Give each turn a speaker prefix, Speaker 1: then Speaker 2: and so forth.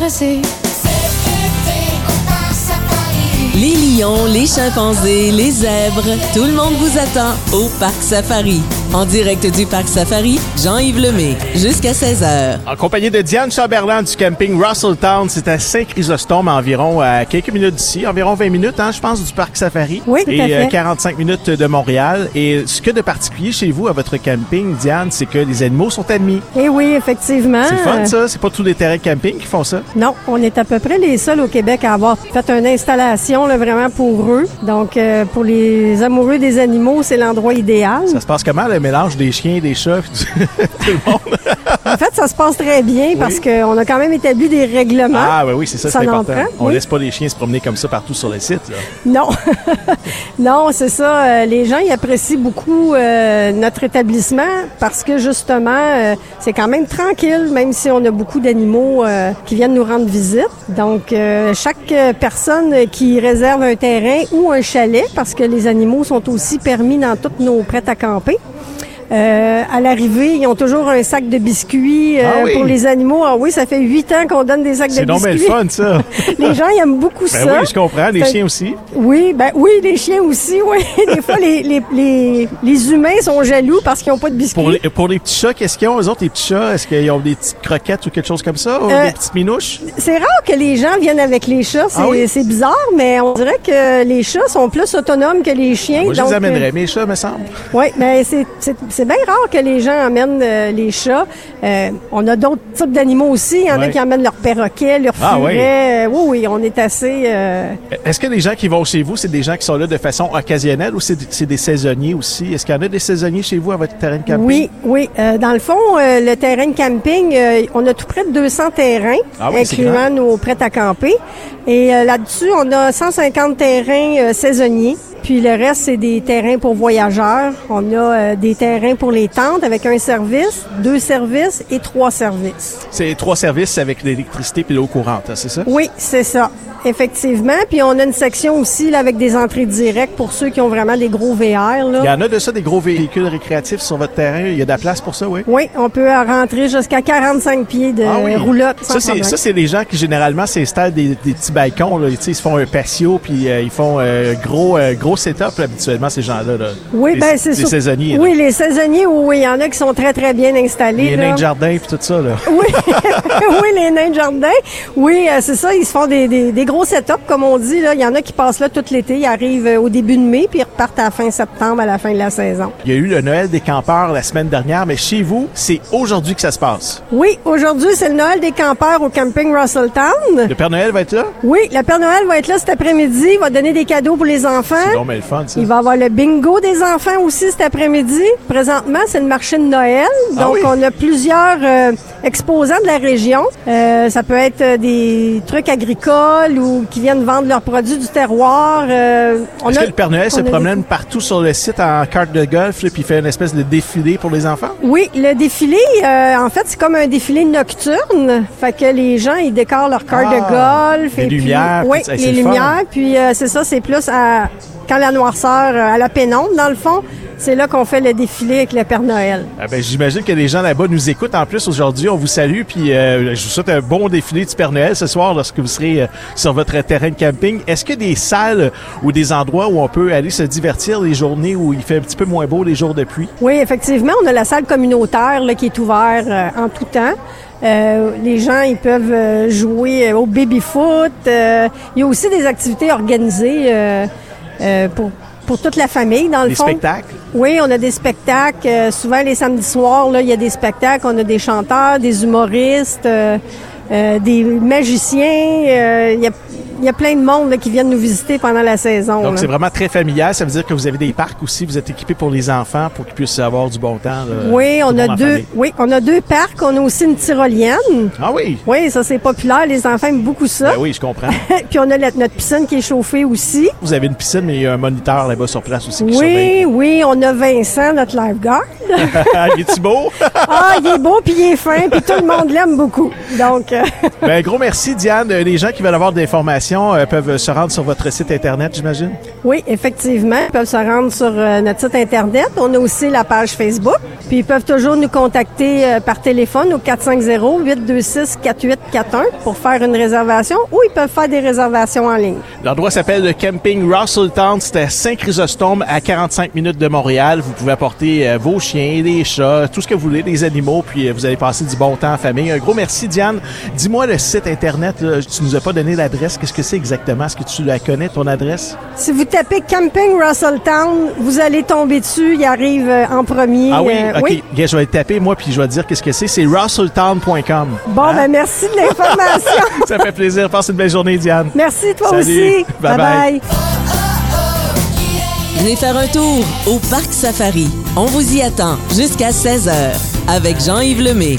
Speaker 1: passer.
Speaker 2: Les lions, les chimpanzés, les zèbres, tout le monde vous attend au Parc Safari. En direct du Parc Safari, Jean-Yves Lemay, jusqu'à 16h.
Speaker 3: En compagnie de Diane Chamberlain du camping Russelltown, c'est à Saint-Chrysostome, environ à quelques minutes d'ici, environ 20 minutes, hein, je pense, du Parc Safari.
Speaker 4: Oui, tout
Speaker 3: Et
Speaker 4: à fait.
Speaker 3: euh, 45 minutes de Montréal. Et ce que de particulier chez vous, à votre camping, Diane, c'est que les animaux sont admis.
Speaker 4: Eh oui, effectivement.
Speaker 3: C'est fun, ça. C'est pas tous les terrains de camping qui font ça.
Speaker 4: Non, on est à peu près les seuls au Québec à avoir fait une installation là, vraiment pour eux. Donc, euh, pour les amoureux des animaux, c'est l'endroit idéal.
Speaker 3: Ça se passe comment, le mélange des chiens, des chats, puis du- tout le monde?
Speaker 4: En fait, ça se passe très bien parce qu'on a quand même établi des règlements.
Speaker 3: Ah, ben oui, c'est ça,
Speaker 4: Ça
Speaker 3: c'est
Speaker 4: en
Speaker 3: important.
Speaker 4: prend,
Speaker 3: On
Speaker 4: oui.
Speaker 3: laisse pas les chiens se promener comme ça partout sur le site. là.
Speaker 4: Non, non, c'est ça. euh, les gens ils apprécient beaucoup euh, notre établissement parce que justement, euh, c'est quand même tranquille, même si on a beaucoup d'animaux euh, qui viennent nous rendre visite. Donc, euh, chaque euh, personne qui réserve un terrain ou un chalet, parce que les animaux sont aussi permis dans toutes nos prêts à camper. euh, à l'arrivée, ils ont toujours un sac de biscuits euh,
Speaker 3: Ah oui.
Speaker 4: pour les animaux. Ah oui, ça fait huit ans qu'on donne des sacs de
Speaker 3: C'est donc bien le
Speaker 4: biscuits.
Speaker 3: fun, ça.
Speaker 4: les gens ils aiment beaucoup
Speaker 3: Ben
Speaker 4: ça.
Speaker 3: oui, je comprends. Les
Speaker 4: C'est un-
Speaker 3: chiens aussi.
Speaker 4: Oui, ben oui, les chiens aussi, oui. Des fois, les, les, les, les humains sont jaloux parce qu'ils n'ont pas de biscuits.
Speaker 3: Pour les, pour les petits chats, qu'est-ce qu'ils ont, eux autres, les petits chats? Est-ce qu'ils ont des petites croquettes ou quelque chose comme ça? Ou
Speaker 4: Euh,
Speaker 3: des petites minouches?
Speaker 4: C'est rare que les gens viennent avec les chats. C'est
Speaker 3: Ah oui?
Speaker 4: c'est bizarre, mais on dirait que les chats sont plus autonomes que les chiens.
Speaker 3: Moi, je
Speaker 4: donc, euh,
Speaker 3: les amènerais, mes chats, me semble.
Speaker 4: oui, mais c'est- c'est c'est bien rare que les gens amènent euh, les chats. Euh, on a d'autres types d'animaux aussi. Il y en a
Speaker 3: Ouais.
Speaker 4: qui amènent leurs perroquets, leurs
Speaker 3: Ah oui.
Speaker 4: furets. Euh, Oui. oui, on est assez... euh,
Speaker 3: Est-ce que les gens qui vont chez vous, c'est des gens qui sont là de façon occasionnelle ou c'est c'est des saisonniers aussi? Est-ce qu'il y en a des saisonniers chez vous à votre terrain de camping?
Speaker 4: Oui, oui. Euh, dans le fond, euh, le terrain de camping, euh, on a tout près de 200 terrains,
Speaker 3: Ah oui, c'est
Speaker 4: incluant nos prêts à camper. Et euh, là-dessus, on a 150 terrains euh, saisonniers. Puis le reste, c'est des terrains pour voyageurs. On a euh, des terrains pour les tentes avec un service, deux services et trois services.
Speaker 3: C'est trois services avec l'électricité puis l'eau courante, hein, c'est ça?
Speaker 4: Oui, c'est ça. Effectivement. Puis on a une section aussi là, avec des entrées directes pour ceux qui ont vraiment des gros VR. Là.
Speaker 3: Il y en a de ça, des gros véhicules récréatifs sur votre terrain. Il y a de la place pour ça, oui?
Speaker 4: Oui, on peut euh, rentrer jusqu'à 45 pieds de
Speaker 3: Ah oui.
Speaker 4: Euh, roulotte. sans
Speaker 3: Ça, c'est,
Speaker 4: problème.
Speaker 3: ça, c'est les gens qui, généralement, s'installent des, des petits balcons. Là. Tu sais, Ils se font un patio, puis euh, ils font euh, gros, euh, gros setup, là, habituellement, ces gens-là. là.
Speaker 4: Oui,
Speaker 3: Les-
Speaker 4: ben c'est
Speaker 3: Les
Speaker 4: sûr-
Speaker 3: saisonniers.
Speaker 4: Oui, les saisonniers, oui, il y en a qui sont très, très bien installés.
Speaker 3: là. Les
Speaker 4: là.
Speaker 3: nains de jardin, puis tout ça. Là.
Speaker 4: Oui. oui, les nains de jardin. Oui, euh, c'est ça, ils se font des, des, des gros setups, comme on dit. Là. Il y en a qui passent là tout l'été, ils arrivent euh, au début de mai, puis ils repartent à la fin septembre, à la fin de la saison.
Speaker 3: Il y a eu le Noël des campeurs la semaine dernière, mais chez vous, c'est aujourd'hui que ça se passe.
Speaker 4: Oui, aujourd'hui, c'est le Noël des campeurs au camping Russelltown.
Speaker 3: Le Père Noël va être là?
Speaker 4: Oui, le Père Noël va être là cet après-midi, il va donner des cadeaux pour les enfants.
Speaker 3: C'est donc bien le fun, ça.
Speaker 4: Il va y avoir le bingo des enfants aussi cet après-midi. Présentement, c'est le marché de Noël. Donc,
Speaker 3: Ah oui?
Speaker 4: on a plusieurs euh, exposants de la région. Euh, ça peut être euh, des trucs agricoles ou qui viennent vendre leurs produits du terroir. Euh, on
Speaker 3: Est-ce
Speaker 4: a-
Speaker 3: que le Père Noël
Speaker 4: on
Speaker 3: se
Speaker 4: a des-
Speaker 3: promène partout sur le site en carte de golf, là, puis fait une espèce de défilé pour les enfants?
Speaker 4: Oui, le défilé, euh, en fait, c'est comme un défilé nocturne. Fait que les gens, ils décorent leur carte
Speaker 3: Ah,
Speaker 4: de golf.
Speaker 3: les
Speaker 4: et puis-
Speaker 3: lumières,
Speaker 4: Oui,
Speaker 3: puis- hey, c'est
Speaker 4: les
Speaker 3: le fun.
Speaker 4: lumières. Puis euh, c'est ça, c'est plus à, quand la noirceur, euh, à la pénombre, dans le fond. C'est là qu'on fait le défilé avec le Père Noël.
Speaker 3: Ah ben, J'imagine que les gens là-bas nous écoutent. En plus, aujourd'hui, on vous salue. Puis euh, je vous souhaite un bon défilé du Père Noël ce soir lorsque vous serez euh, sur votre terrain de camping. Est-ce que des salles ou des endroits où on peut aller se divertir les journées où il fait un petit peu moins beau les jours de pluie?
Speaker 4: Oui, effectivement, on a la salle communautaire là, qui est ouverte euh, en tout temps. Euh, les gens, ils peuvent euh, jouer au baby-foot. Euh, il y a aussi des activités organisées euh, euh, pour, pour toute la famille, dans le
Speaker 3: Des
Speaker 4: fond.
Speaker 3: spectacles?
Speaker 4: Oui, on a des spectacles. Euh, souvent, les samedis soirs, là, il y a des spectacles. On a des chanteurs, des humoristes, euh, euh, des magiciens. Euh, il, y a, il y a plein de monde là, qui viennent nous visiter pendant la saison.
Speaker 3: Donc
Speaker 4: là.
Speaker 3: c'est vraiment très familial. Ça veut dire que vous avez des parcs aussi. Vous êtes équipés pour les enfants pour qu'ils puissent avoir du bon temps. là,
Speaker 4: Oui,
Speaker 3: euh, tout
Speaker 4: on
Speaker 3: le
Speaker 4: a
Speaker 3: monde en
Speaker 4: deux.
Speaker 3: famille.
Speaker 4: Oui, on a deux parcs. On a aussi une tyrolienne.
Speaker 3: Ah oui?
Speaker 4: Oui, ça c'est populaire. Les enfants aiment beaucoup ça.
Speaker 3: Ben oui, je comprends.
Speaker 4: Puis on a la- notre piscine qui est chauffée aussi.
Speaker 3: vous avez une piscine, mais il y a un moniteur là-bas sur place aussi qui surveille.
Speaker 4: Oui, oui, on a Vincent, notre lifeguard.
Speaker 3: Ah, il est beau?
Speaker 4: ah, il est beau, puis il est fin, puis tout le monde l'aime beaucoup. Donc, euh,
Speaker 3: Ben, gros merci, Diane. Les gens qui veulent avoir des informations informations euh, peuvent se rendre sur votre site Internet, j'imagine?
Speaker 4: Oui, effectivement. Ils peuvent se rendre sur euh, notre site Internet. On a aussi la page Facebook. Puis ils peuvent toujours nous contacter euh, par téléphone au 450-826-4841 pour faire une réservation ou ils peuvent faire des réservations en ligne.
Speaker 3: L'endroit s'appelle le camping Russelltown. C'est à Saint-Chrysostome, à 45 minutes de Montréal. Vous pouvez apporter euh, vos chiens, des chats, tout ce que vous voulez, des animaux, puis euh, vous allez passer du bon temps en famille. Un gros merci, Diane. Dis-moi le site Internet. là, tu nous as pas donné l'adresse. Qu'est-ce que c'est exactement? Est-ce que tu la connais, ton adresse?
Speaker 4: Si vous tapez Camping Russelltown, vous allez tomber dessus. Il arrive euh, en premier.
Speaker 3: Ah oui?
Speaker 4: Euh,
Speaker 3: OK. Bien, je vais le taper, moi, puis je vais te dire qu'est-ce que c'est. C'est russelltown.com.
Speaker 4: Bon, ben merci de l'information.
Speaker 3: Ça fait plaisir. Passe une belle journée, Diane.
Speaker 4: merci toi
Speaker 3: Salut.
Speaker 4: aussi.
Speaker 3: Bye-bye.
Speaker 4: Bye-bye.
Speaker 2: Venez faire un tour au Parc Safari. On vous y attend jusqu'à 16h avec Jean-Yves Lemay.